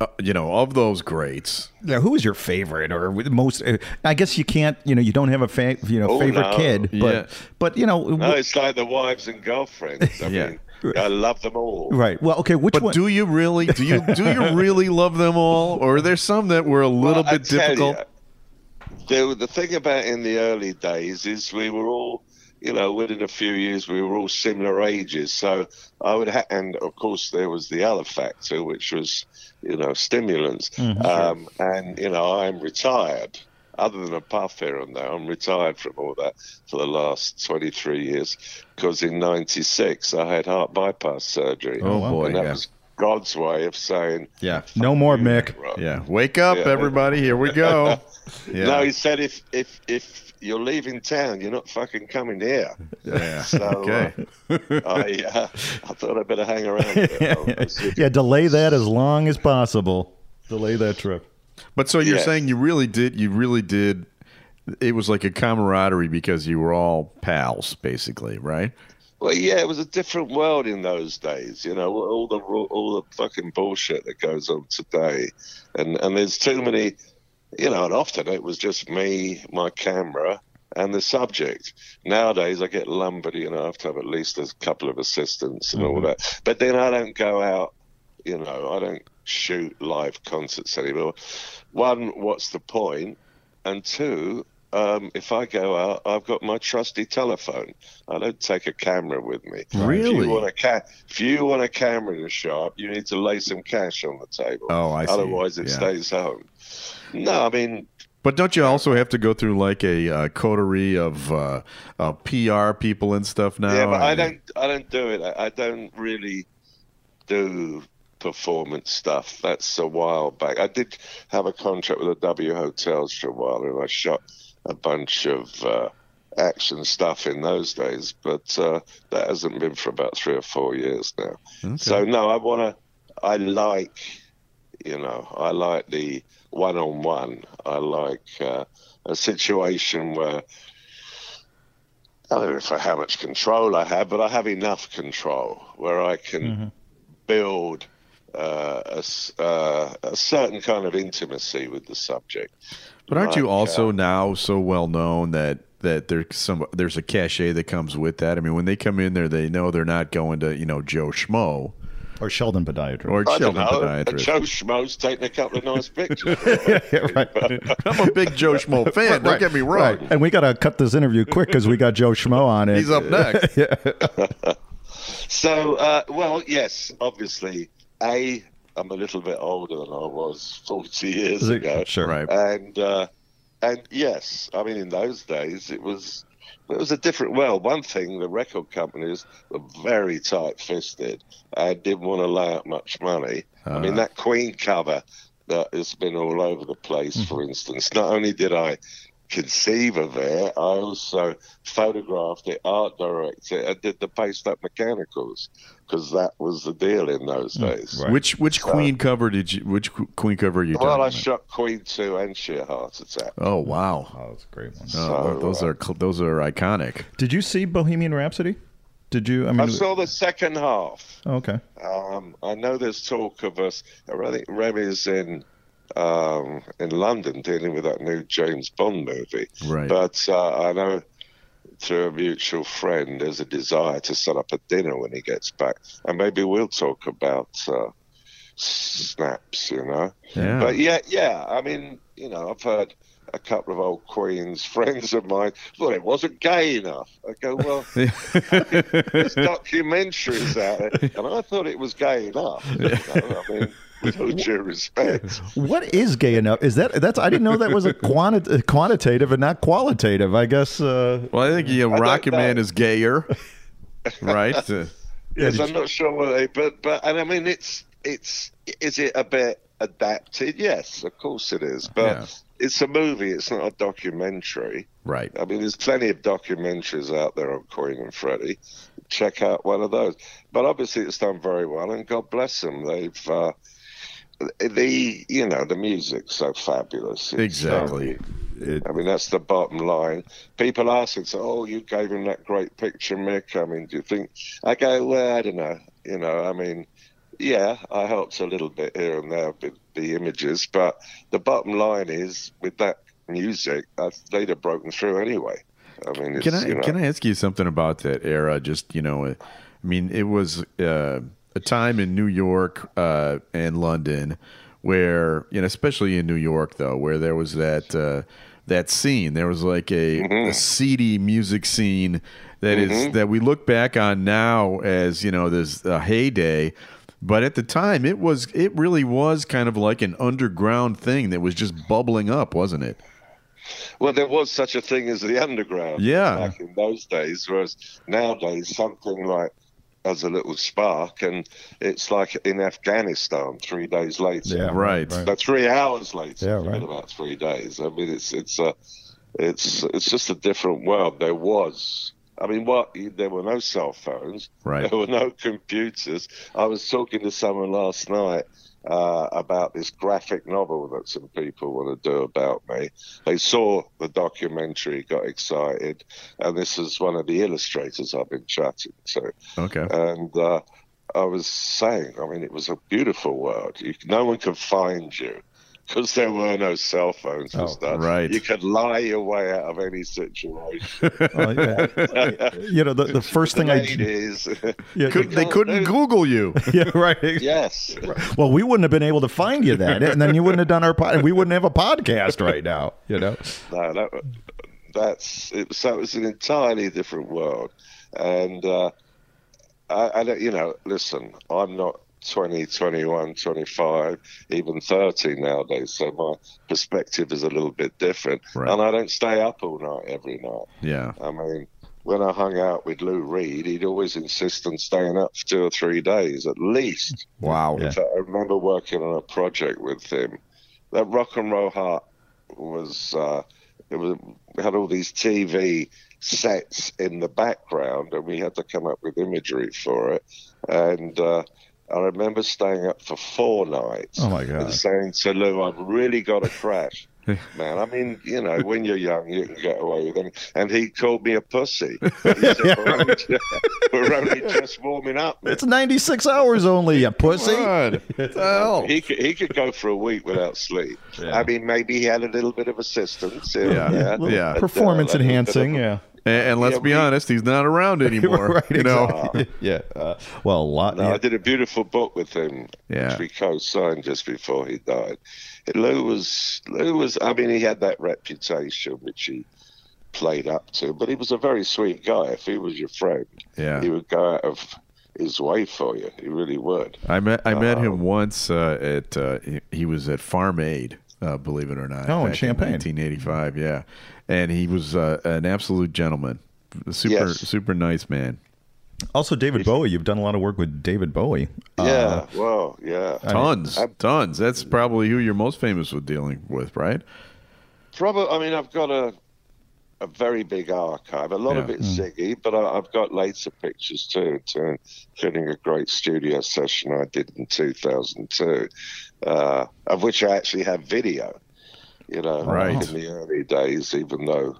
Uh, you know, of those greats, yeah, who was your favorite or with most? uh, I guess you can't, you know, you don't have a fa- you know Oh, favorite no. kid, but Yeah. but you know, No, wh- it's like the wives and girlfriends. I Yeah. mean, I love them all. right? Well, okay, which but one? do you really do you do you really love them all, or are there some that were a little Well, I bit tell difficult? you, there were- the thing about in the early days is we were all, you know, within a few years we were all similar ages. So I would, ha- and of course there was the other factor, which was, you know, stimulants. um, and you know, I'm retired. Other than a puff here and there, I'm retired from all that for the last 23 years because in '96 I had heart bypass surgery. Oh, wow. And boy, that yeah. was God's way of saying, Yeah. no more Mick. right, Yeah. Wake up, Yeah. everybody. Here we go. Yeah. No, he said if if if you're leaving town, you're not fucking coming here. yeah. So okay. uh, I uh, I thought I better hang around. a bit longer, see if- Yeah, delay that as long as possible. Delay that trip. But so you're Yeah. saying you really did, you really did. It was like a camaraderie because you were all pals, basically, right? Well, yeah, it was a different world in those days. You know, all the all the fucking bullshit that goes on today, and and there's too many. You know, and often it was just me, my camera, and the subject. Nowadays, I get lumbered. You know, I have to have at least a couple of assistants and all that. But then I don't go out you know, I don't shoot live concerts anymore. One, what's the point? And two, um, if I go out, I've got my trusty telephone. I don't take a camera with me. If Really? you want a, ca- if you want a camera in the shop, you need to lay some cash on the table. Oh, I see. Otherwise, it Yeah. stays home. No, I mean, But don't you also have to go through like a uh, coterie of uh, uh, PR people and stuff now? Yeah, but I mean- don't. I don't do it. I, I don't really do performance stuff. That's a while back. I did have a contract with the W Hotels for a while, and I shot a bunch of uh, action stuff in those days. But uh, that hasn't been for about three or four years now. So no, I want to. I like. You know, I like the one-on-one. I like uh, a situation where I don't know if I how much control I have, but I have enough control where I can build uh, a, s- uh, a certain kind of intimacy with the subject. But aren't you Like, also now so well known that that there's some there's a cachet that comes with that? I mean, when they come in there, they know they're not going to you know Joe Schmo or Sheldon Podiatrist or I don't Sheldon know. a Podiatrist. Joe Schmo's taking a couple of nice pictures. I'm a big Joe Schmo fan. Right, don't get me wrong. Right. And we got to cut this interview quick because we got Joe Schmo on it. He's up next. Yeah. So, uh, well, yes, obviously, A, I'm a little bit older than I was 40 years Is it- ago. sure. Right. And, uh, and yes, I mean, in those days, it was it was a different world. One thing, the record companies were very tight fisted and didn't want to lay out much money. I mean, that Queen cover that has been all over the place, for instance, not only did I conceive of it, I also photographed it, art directed it, and did the paste up mechanicals because that was the deal in those days. Which which So- Queen cover did you? Which qu- Queen cover are you? well, talking I about? shot Queen 2 and Sheer Heart Attack. Oh wow! Oh, that's a great one. uh, So, uh, those are cl- those are iconic. Did you see Bohemian Rhapsody? Did you? I I, mean, saw the second half. oh, okay. Um, I know there's talk of us. I think Remy's in um, in London dealing with that new James Bond movie. Right. But uh, I know through a mutual friend, there's a desire to set up a dinner when he gets back, and maybe we'll talk about uh, snaps. You know. Yeah. But yeah, yeah. I mean, you know, I've heard a couple of old Queens friends of mine. Well, it wasn't gay enough. I go, well, there's documentaries out there, and I thought it was gay enough. You know? I mean, with all due respect. What is gay enough? Is that that's? I didn't know that was a quanti- quantitative and not qualitative. I guess. Uh, Well, I think yeah, don't Rocket know. Man is gayer, right? Uh, Yes, I'm not sure what they, but but and I mean, it's it's is it a bit adapted? Yes, of course it is, but. Yeah. It's a movie. It's not a documentary. right. I mean, there's plenty of documentaries out there on Queen and Freddie. Check out one of those. But obviously, it's done very well, and God bless them. They've uh, the you know the music's so fabulous. It's, Exactly. I mean, that's the bottom line. People ask us, "Oh, you gave him that great picture, Mick." I mean, do you think? I go, "Well, I don't know." You know, I mean, yeah, I helped a little bit here and there with the images, but the bottom line is with that music, uh, they'd have broken through anyway. I mean, it's, Can I you know, can I ask you something about that era? Just you know, uh, I mean, it was uh, a time in New York uh, and London where, you know, especially in New York though, where there was that uh, that scene. There was like a, Mm-hmm. a seedy music scene that is that we look back on now as you know this uh, heyday. But at the time, it was it really was kind of like an underground thing that was just bubbling up, wasn't it? Well, there was such a thing as the underground. Yeah. Back in those days, whereas nowadays, something like as a little spark, and it's like in Afghanistan three days later. Yeah, right. right. No, three hours later. Yeah, Yeah, right. About three days. I mean, it's it's a it's it's just a different world. There was. I mean, what? There were no cell phones. Right. There were no computers. I was talking to someone last night uh, about this graphic novel that some people want to do about me. They saw the documentary, got excited, and this is one of the illustrators I've been chatting to. Okay. And uh, I was saying, I mean, it was a beautiful world. You, no one could find you because there were no cell phones Oh, and stuff. right. You could lie your way out of any situation. well, yeah. you know, the, the first thing I Ladies. Yeah. Could, they couldn't Google you. yeah right. yes. Well, we wouldn't have been able to find you then, and then you wouldn't have done our pod. We wouldn't have a podcast right now. You know. no, that, that's it, so. It was an entirely different world, and uh, I, I don't, you know, listen, I'm not 20, 21, 25, even 30 nowadays, so my perspective is a little bit different, Right. and I don't stay up all night every night. Yeah. I mean, when I hung out with Lou Reed, he'd always insist on staying up for two or three days at least. Wow. In fact, I remember working on a project with him. That rock and roll heart was uh, it was it had all these TV sets in the background, and we had to come up with imagery for it. And uh, I remember staying up for four nights Oh my God. and saying to Lou, "I've really got to crash." man. I mean, you know, when you're young, you can get away with anything. And he called me a pussy. He said, we're, only, we're only just warming up. It's 96 hours only, you pussy. He could, he could go for a week without sleep. I mean, maybe he had a little bit of assistance. here and there, Little but, uh, Performance like a bit of enhancing, yeah. And, and let's Yeah, be we- honest, he's not around anymore. Right, you know, exactly. yeah. Uh, well, a lot. No, I did a beautiful book with him, which we co-signed just before he died. And Lou was Lou was. I mean, he had that reputation which he played up to, but he was a very sweet guy. If he was your friend, Yeah. he would go out of his way for you. He really would. I met I met Oh. him once uh, at uh, he- he was at Farm Aid, uh, believe it or not. Oh, in back Champaign. 1985, yeah, and he was uh, an absolute gentleman, super super nice man. Also, David Bowie. You've done a lot of work with David Bowie. Yeah. Uh, Whoa. Yeah. Tons, tons. That's probably who you're most famous with dealing with, right? Probably. I mean, I've got a a very big archive. A lot of Yeah. it's Ziggy, but I, I've got later pictures too, too, including a great studio session I did in 2002, uh, of which I actually have video. You know, Right. in the early days, even though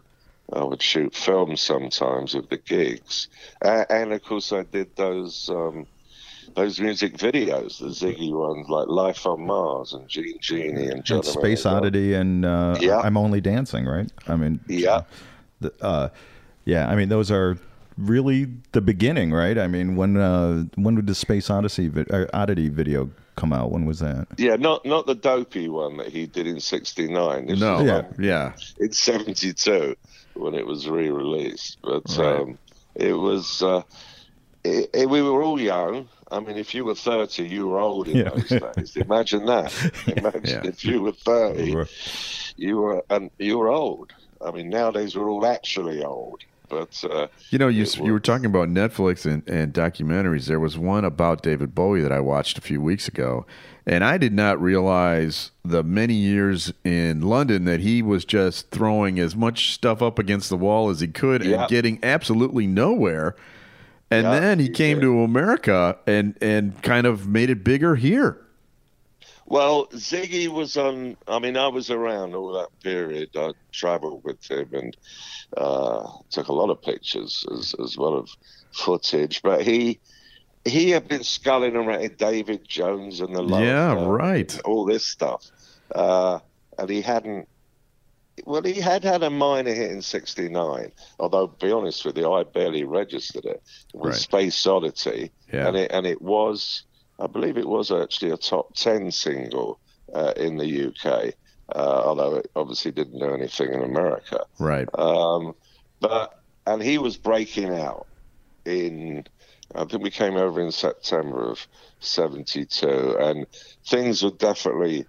I would shoot films sometimes with the gigs, uh, and of course I did those. Um, those music videos, the Ziggy ones, like Life on Mars and Gene Genie and John and Space Emanuel. Oddity and uh, Yeah. I'm Only Dancing, right? I mean, yeah, the, uh, yeah. I mean, those are really the beginning, right? I mean, when uh, when did the Space Odyssey vi- or Oddity video come out? When was that? Yeah, not not the dopey one that he did in '69. This No, was yeah, one yeah. in '72 when it was re-released. But Right. um, it was uh, it, it- we were all young. I mean, if you were 30, you were old in Yeah. those days. Imagine that. Imagine Yeah. if you were 30, you were and you were old. I mean, nowadays we're all actually old. But uh, You know, you you were talking about Netflix and, and documentaries. There was one about David Bowie that I watched a few weeks ago, and I did not realize the many years in London that he was just throwing as much stuff up against the wall as he could Yeah. and getting absolutely nowhere. And then he came to America and and kind of made it bigger here. Well, Ziggy was on. I mean, I was around all that period. I travelled with him and uh, took a lot of pictures as, as well of footage. But he he had been sculling around David Jones and the Love Yeah, Bug right. and all this stuff, uh, and he hadn't. Well, he had had a minor hit in '69, although, to be honest with you, I barely registered it. It was Right. Space Oddity, Yeah. and it and it was I believe it was actually a top 10 single uh, in the UK, uh, although it obviously didn't do anything in America. Right. Um, but and he was breaking out in I think we came over in September of 72 and things were definitely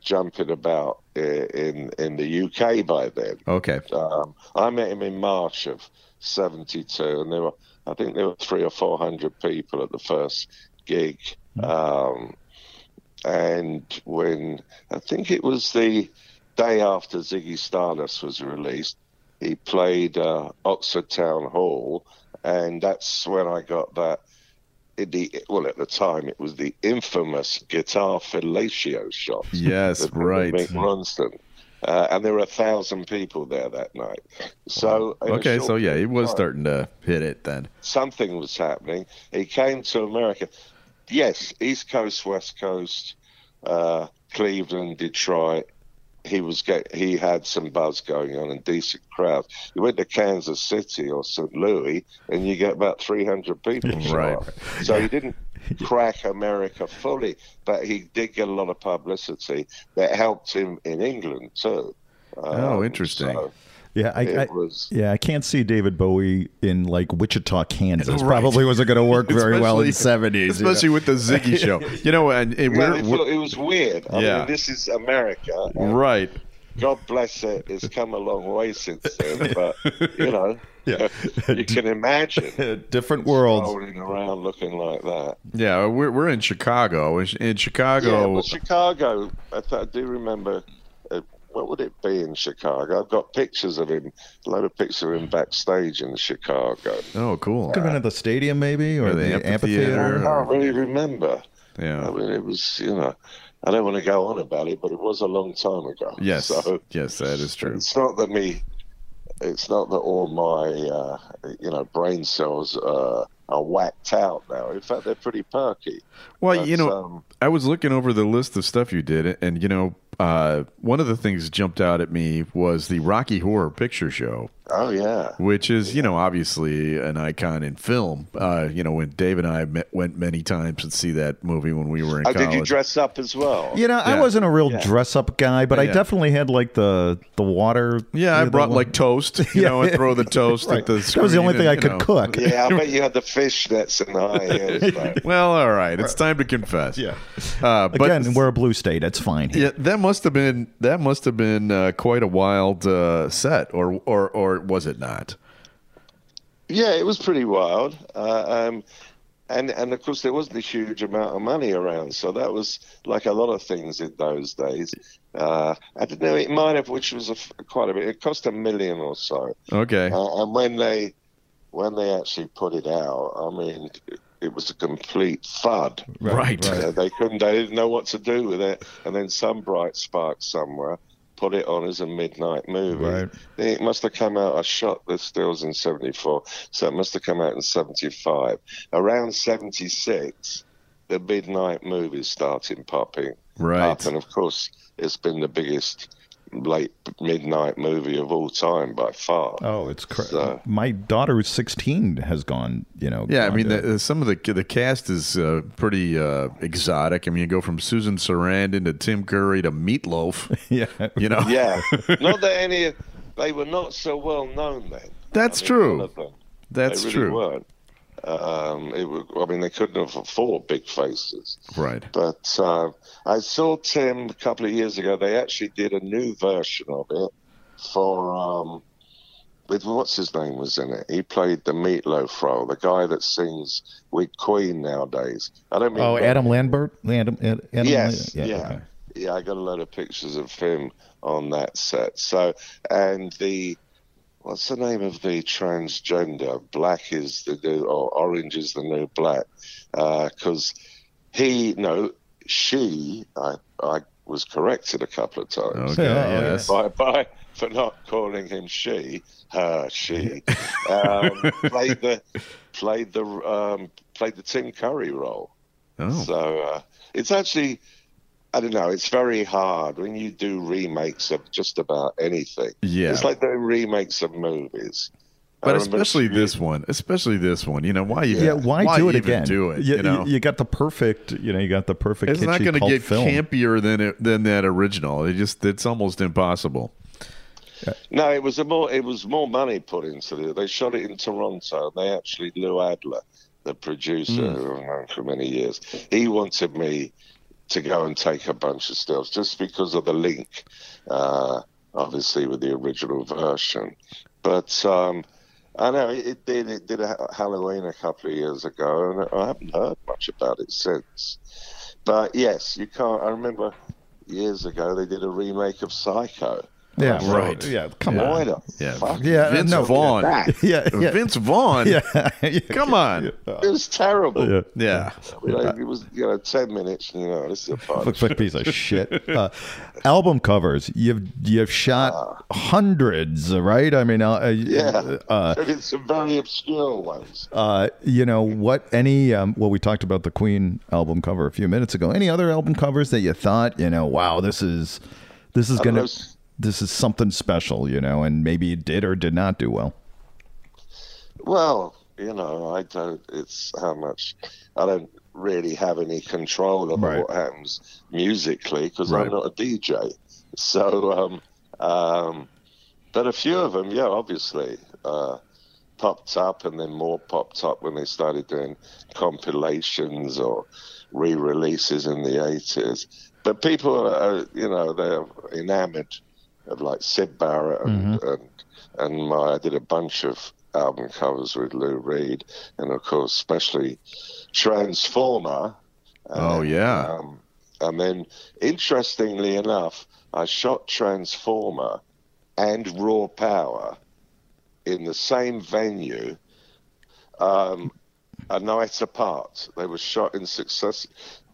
jumping about i- in in the UK by then. Okay. Um, I met him in March of '72, and there were, I think, there were three or four hundred people at the first gig. Hmm. Um, and when I think it was the day after Ziggy Stardust was released, he played uh, Oxford Town Hall, and that's when I got that. In the well, at the time, it was the infamous guitar fellatio shot. Yes, that- that right. Mick Ronston. Uh, and there were a thousand people there that night. So in a Okay, short so yeah, he period of was time, starting to hit it then. Something was happening. He came to America. Yes, East Coast, West Coast, uh, Cleveland, Detroit. He was get, he had some buzz going on and decent crowds. You went to Kansas City or St. Louis, and you get about three hundred people. show Right. up. So he didn't crack America fully, but he did get a lot of publicity that helped him in England too. Um, oh, interesting. Yeah, I, It I- yeah, I can't see David Bowie in like Wichita, Kansas. Probably wasn't going to work very well in the Especially- seventies, especially with the Ziggy show. You know, and, and Well, we're- it, we're- was- it was weird. I Yeah. mean, this is America. and right. God bless it. It's come a long way since then, but you know, you can imagine different Oh, worlds. rolling around looking like that. Yeah, we're we're in Chicago. In Ch- In Yeah, Chicago, but Chicago. I, th- I do remember uh, what would it be in Chicago? I've got pictures of him, a lot of pictures of him backstage in Chicago. Oh, cool. Could have been at the stadium, maybe, or Or the, I amphitheater. can't really remember. Yeah. I mean, it was, you know, I don't want to go on about it, but it was a long time ago. Yes. So yes, that is true. it's not that me, it's not that all my, uh, you know, brain cells uh, are whacked out now. In fact, they're pretty perky. Well, But, you know, um, I was looking over the list of stuff you did, and you know, uh, one of the things that jumped out at me was the Rocky Horror Picture Show. Oh yeah, which is you know obviously an icon in film. Uh, you know, when Dave and I met, went many times to see that movie when we were in oh, college. did you dress up as well? You know, I wasn't a real Yeah. dress-up guy, but I Yeah. definitely had like the the water. yeah, I the brought one- like toast, you know, and throw the toast Right. at the. That was the only screen thing I and, you could know. cook. Yeah, I bet you had the fishnets and the high heels. though. well, all right, it's time to confess. Yeah, uh, but Again, we're a blue state. It's fine. yeah, that must have been that must have been uh, quite a wild uh, set, or or or was it not? Yeah, it was pretty wild. Uh, um, and and of course there wasn't a huge amount of money around, so that was like a lot of things in those days. Uh, I don't know, it might have, which was a f quite a bit. It cost a million or so. Okay. Uh, and when they when they actually put it out, I mean, it was a complete fud. Right. Right. Uh, they couldn't. They didn't know what to do with it. And then some bright spark somewhere put it on as a midnight movie. Right. It must have come out. I shot the stills in '74, so it must have come out in '75. Around '76, the midnight movies started popping Right. up, and of course, it's been the biggest late midnight movie of all time by far. Oh, it's crazy. So- My daughter who's 16 has gone, you know. Yeah, I gone mean, to- the, the- some of the the cast is uh, pretty uh, exotic. I mean, you go from Susan Sarandon to Tim Curry to Meatloaf. yeah, you know. Yeah, not that any. They were not so well known then. That's I mean, true. none of them. That's they really true. Weren't. Um, it was, I mean, they couldn't have afforded big faces. Right. But uh, I saw Tim a couple of years ago. They actually did a new version of it for um, with what's his name was in it. He played the meatloaf role, the guy that sings with Queen nowadays. I don't mean Oh, Adam Lambert. Adam. Adam yes, Lambert? yeah, yeah. I got a lot of pictures of him on that set. So, and the what's the name of the transgender? Black is the new, or orange is the new black, because he no, she. I I was corrected a couple of times Okay, Yeah, yes. by by for not calling him she, her, she. um, played the played the um, played the Tim Curry role. Oh. So uh, it's actually, I don't know, it's very hard when you do remakes of just about anything. Yeah. It's like doing remakes of movies. I But remember- especially this one, especially this one. You know why? Yeah. Even, why, do it even again? Do it? You, You know. you, you got the perfect. You know, you got the perfect. it's not kitschy going to cult get film. campier than it, than that original. It just it's almost impossible. No, it was a more it was more money put into it. They shot it in Toronto. They actually Lou Adler, the producer who I've known for many years, he wanted me to go and take a bunch of stills just because of the link, uh, obviously with the original version. But um, I know it, it did it did a ha- Halloween a couple of years ago, and I haven't heard much about it since. But yes, you can't. I remember years ago they did a remake of Psycho. Yeah, Right. right. Yeah, come Why on. the Yeah. fuck? Yeah, uh, Vince no, Vaughn. yeah. Yeah, yeah. Vince Vaughn. Yeah, yeah. Come on. It was terrible. Yeah. Yeah. Like, it was you know ten minutes. You know, this is a part. Looks like a piece of shit. Uh, album covers. You've you've shot hundreds, right? I mean, uh, Uh. yeah, uh, and it's some very obscure ones. uh, you know what? Any um, well, we talked about the Queen album cover a few minutes ago. Any other album covers that you thought, you know, wow, this is this is Uh, gonna those- this is something special, you know, and maybe it did or did not do well. Well, you know, I don't. It's how much I don't really have any control over Right. what happens musically because Right. I'm not a DJ. So, um, um, but a few of them, yeah, obviously, uh, popped up, and then more popped up when they started doing compilations or re-releases in the eighties. But people are, you know, they're enamored of like Sid Barrett and, and and my, I did a bunch of album covers with Lou Reed, and of course, especially Transformer. Oh yeah. Uh, Um, And then, interestingly enough, I shot Transformer and Raw Power in the same venue, um, a night apart. They were shot in successive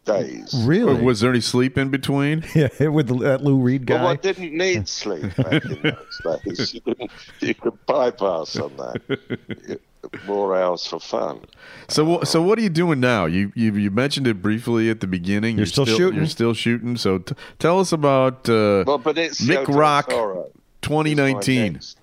days. Really? Was there any sleep in between? Yeah, with that Lou Reed Well, I didn't need sleep back in those days. You, didn't, you could bypass on that. More hours for fun. So, wha- so what are you doing now? You you, you mentioned it briefly at the beginning. You're, still shooting? You're still shooting. So, t- tell us about uh, Well, but it's Mick Yodel's Rock all right. It's my 2019. next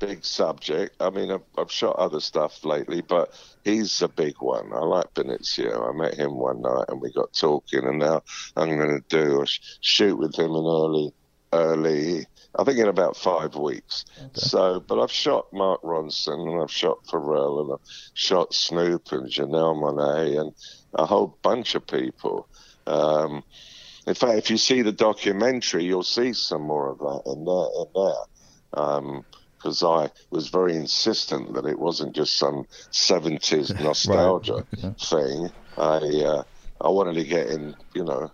Big subject. I mean, I've, I've shot other stuff lately, but he's a big one. I like Benicio. I met him one night and we got talking, and now I'm going to do a sh- shoot with him in early, early. I think in about five weeks. So, but I've shot Mark Ronson and I've shot Pharrell and I've shot Snoop and Janelle Monae and a whole bunch of people. Um, in fact, if you see the documentary, you'll see some more of that in there. In there, because um, I was very insistent that it wasn't just some seventies nostalgia thing. I uh, I wanted to get in, you know,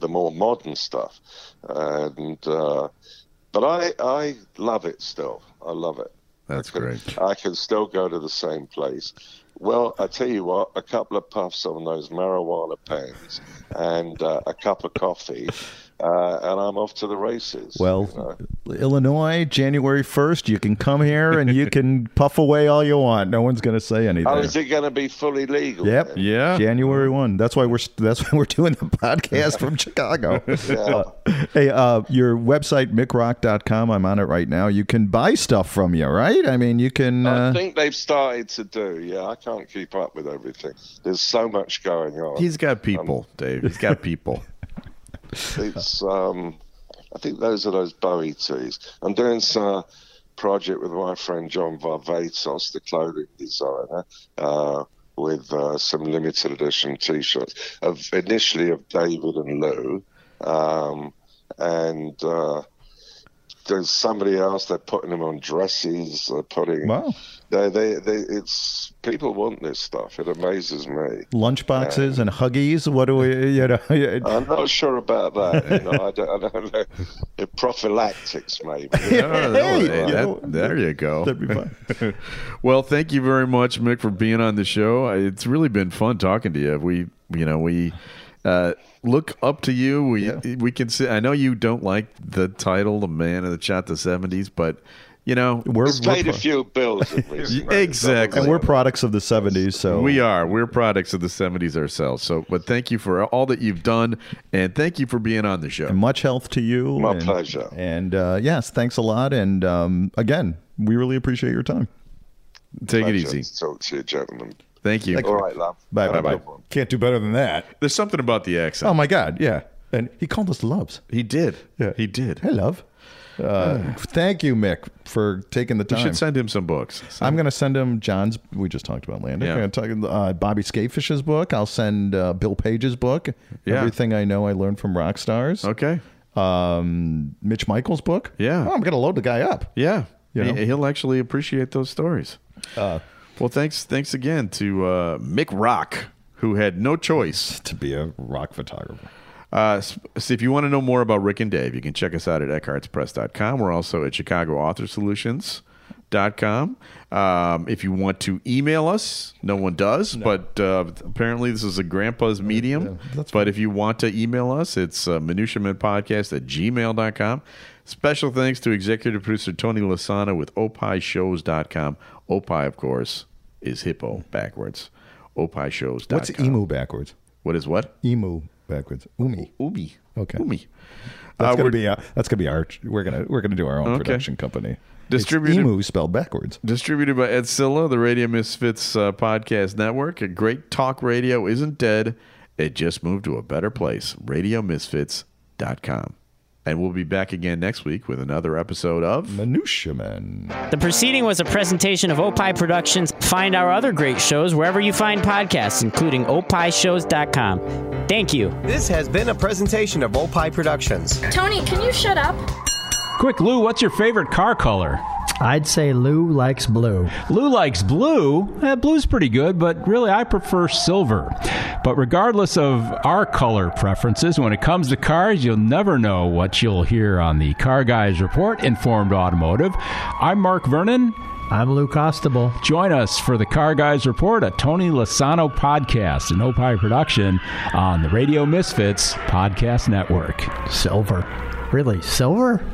the more modern stuff, and uh, but I I love it still. I love it. That's great. I can still go to the same place. Well, I tell you what, a couple of puffs on those marijuana pens and uh, a cup of coffee, uh, and I'm off to the races. Well, Illinois, January 1st, you can come here and you can puff away all you want. No one's going to say anything. Oh, is it going to be fully legal? Yep. then? Yeah. January one. That's why we're that's why we're doing the podcast from Chicago. Uh, hey, uh, your website mickrock.com. I'm on it right now. You can buy stuff from you, right? I mean, you can. I Uh, think they've started to do. Yeah, I can't keep up with everything. There's so much going on. He's got people, Dave. He's got people. it's um, I think those are those Bowie tees. I'm doing some project with my friend John Varvatos, the clothing designer, uh, with uh, some limited edition T-shirts of initially of David and Lou, um, and uh, there's somebody else. They're putting them on dresses. They're putting. Wow. They, they, they, it's people want this stuff. It amazes me. lunch boxes and Huggies. What do we? You know. I'm not sure about that. You know, I, don't, I don't know. It prophylactics, maybe. Oh, that was- that- there you go. well, thank you very much, Mick, for being on the show. I- It's really been fun talking to you. We, you know, we uh, look up to you. We we can see. I know you don't like the title, the man that shot the seventies, but you know, we're, It's paid a few bills at least. right? exactly. And we're products of the 70s, so We are. We're products of the '70s ourselves. So, but thank you for all that you've done, and thank you for being on the show. much health to you. My and, pleasure. And uh, yes, thanks a lot. And um, again, we really appreciate your time. Take Pleasure to Talk to you, gentlemen. Thank you. All right, love. Bye Have bye a bye. good one. Can't do better than that. There's something about the accent. Oh my God, yeah. And he called us loves. He did. Yeah, he did. Hey, love. Uh, thank you, Mick, for taking the You time. should send him some books. I'm going to send him John's. We just talked about Landon. Yeah. I'm going to talk uh, Bobby Skatefish's book. I'll send uh, Bill Page's book. Yeah. Everything I know I learned from rock stars. Okay. Um, Mitch Michaels' book. Yeah. Oh, I'm going to load the guy up. Yeah, You know? Uh, he, he'll actually appreciate those stories. well, thanks, thanks again to uh, Mick Rock, who had no choice to be a rock photographer. Uh, s- so if you want to know more about Rick and Dave, you can check us out at eckhartspress.com. We're also at chicagoauthorsolutions.com. Um, if you want to email us, no one does, but uh, apparently this is a grandpa's medium. but if you want to email us, it's uh, minutiamanpodcast at gmail.com. Special thanks to executive producer Tony Lasana with opishows.com. Opie, of course, is hippo backwards. opishows.com. What's e- emu backwards? What is what? Emu backwards. Umi. Umi. Okay. Umi. Uh, That's gonna we're- be uh, that's gonna be our we're gonna we're gonna do our own Okay. production company. It's Distributed- emu spelled backwards. Distributed by Ed Silla, the Radio Misfits uh, podcast network. A great talk radio isn't dead. It just moved to a better place. RadioMisfits.com. And we'll be back again next week with another episode of Minutia Men. The proceeding was a presentation of Opie Productions. Find our other great shows wherever you find podcasts, including opishows.com. Thank you. This has been a presentation of Opie Productions. Tony, can you shut up? Quick, Lou, what's your favorite car color? I'd say Lou likes blue. Lou likes blue. Eh, blue's pretty good, but really I prefer silver. But regardless of our color preferences, when it comes to cars, you'll never know what you'll hear on the Car Guys Report Informed Automotive. I'm Mark Vernon. I'm Lou Costabile. Join us for the Car Guys Report, a Tony Lasano podcast, an Opie production on the Radio Misfits Podcast Network. Silver. Really, silver?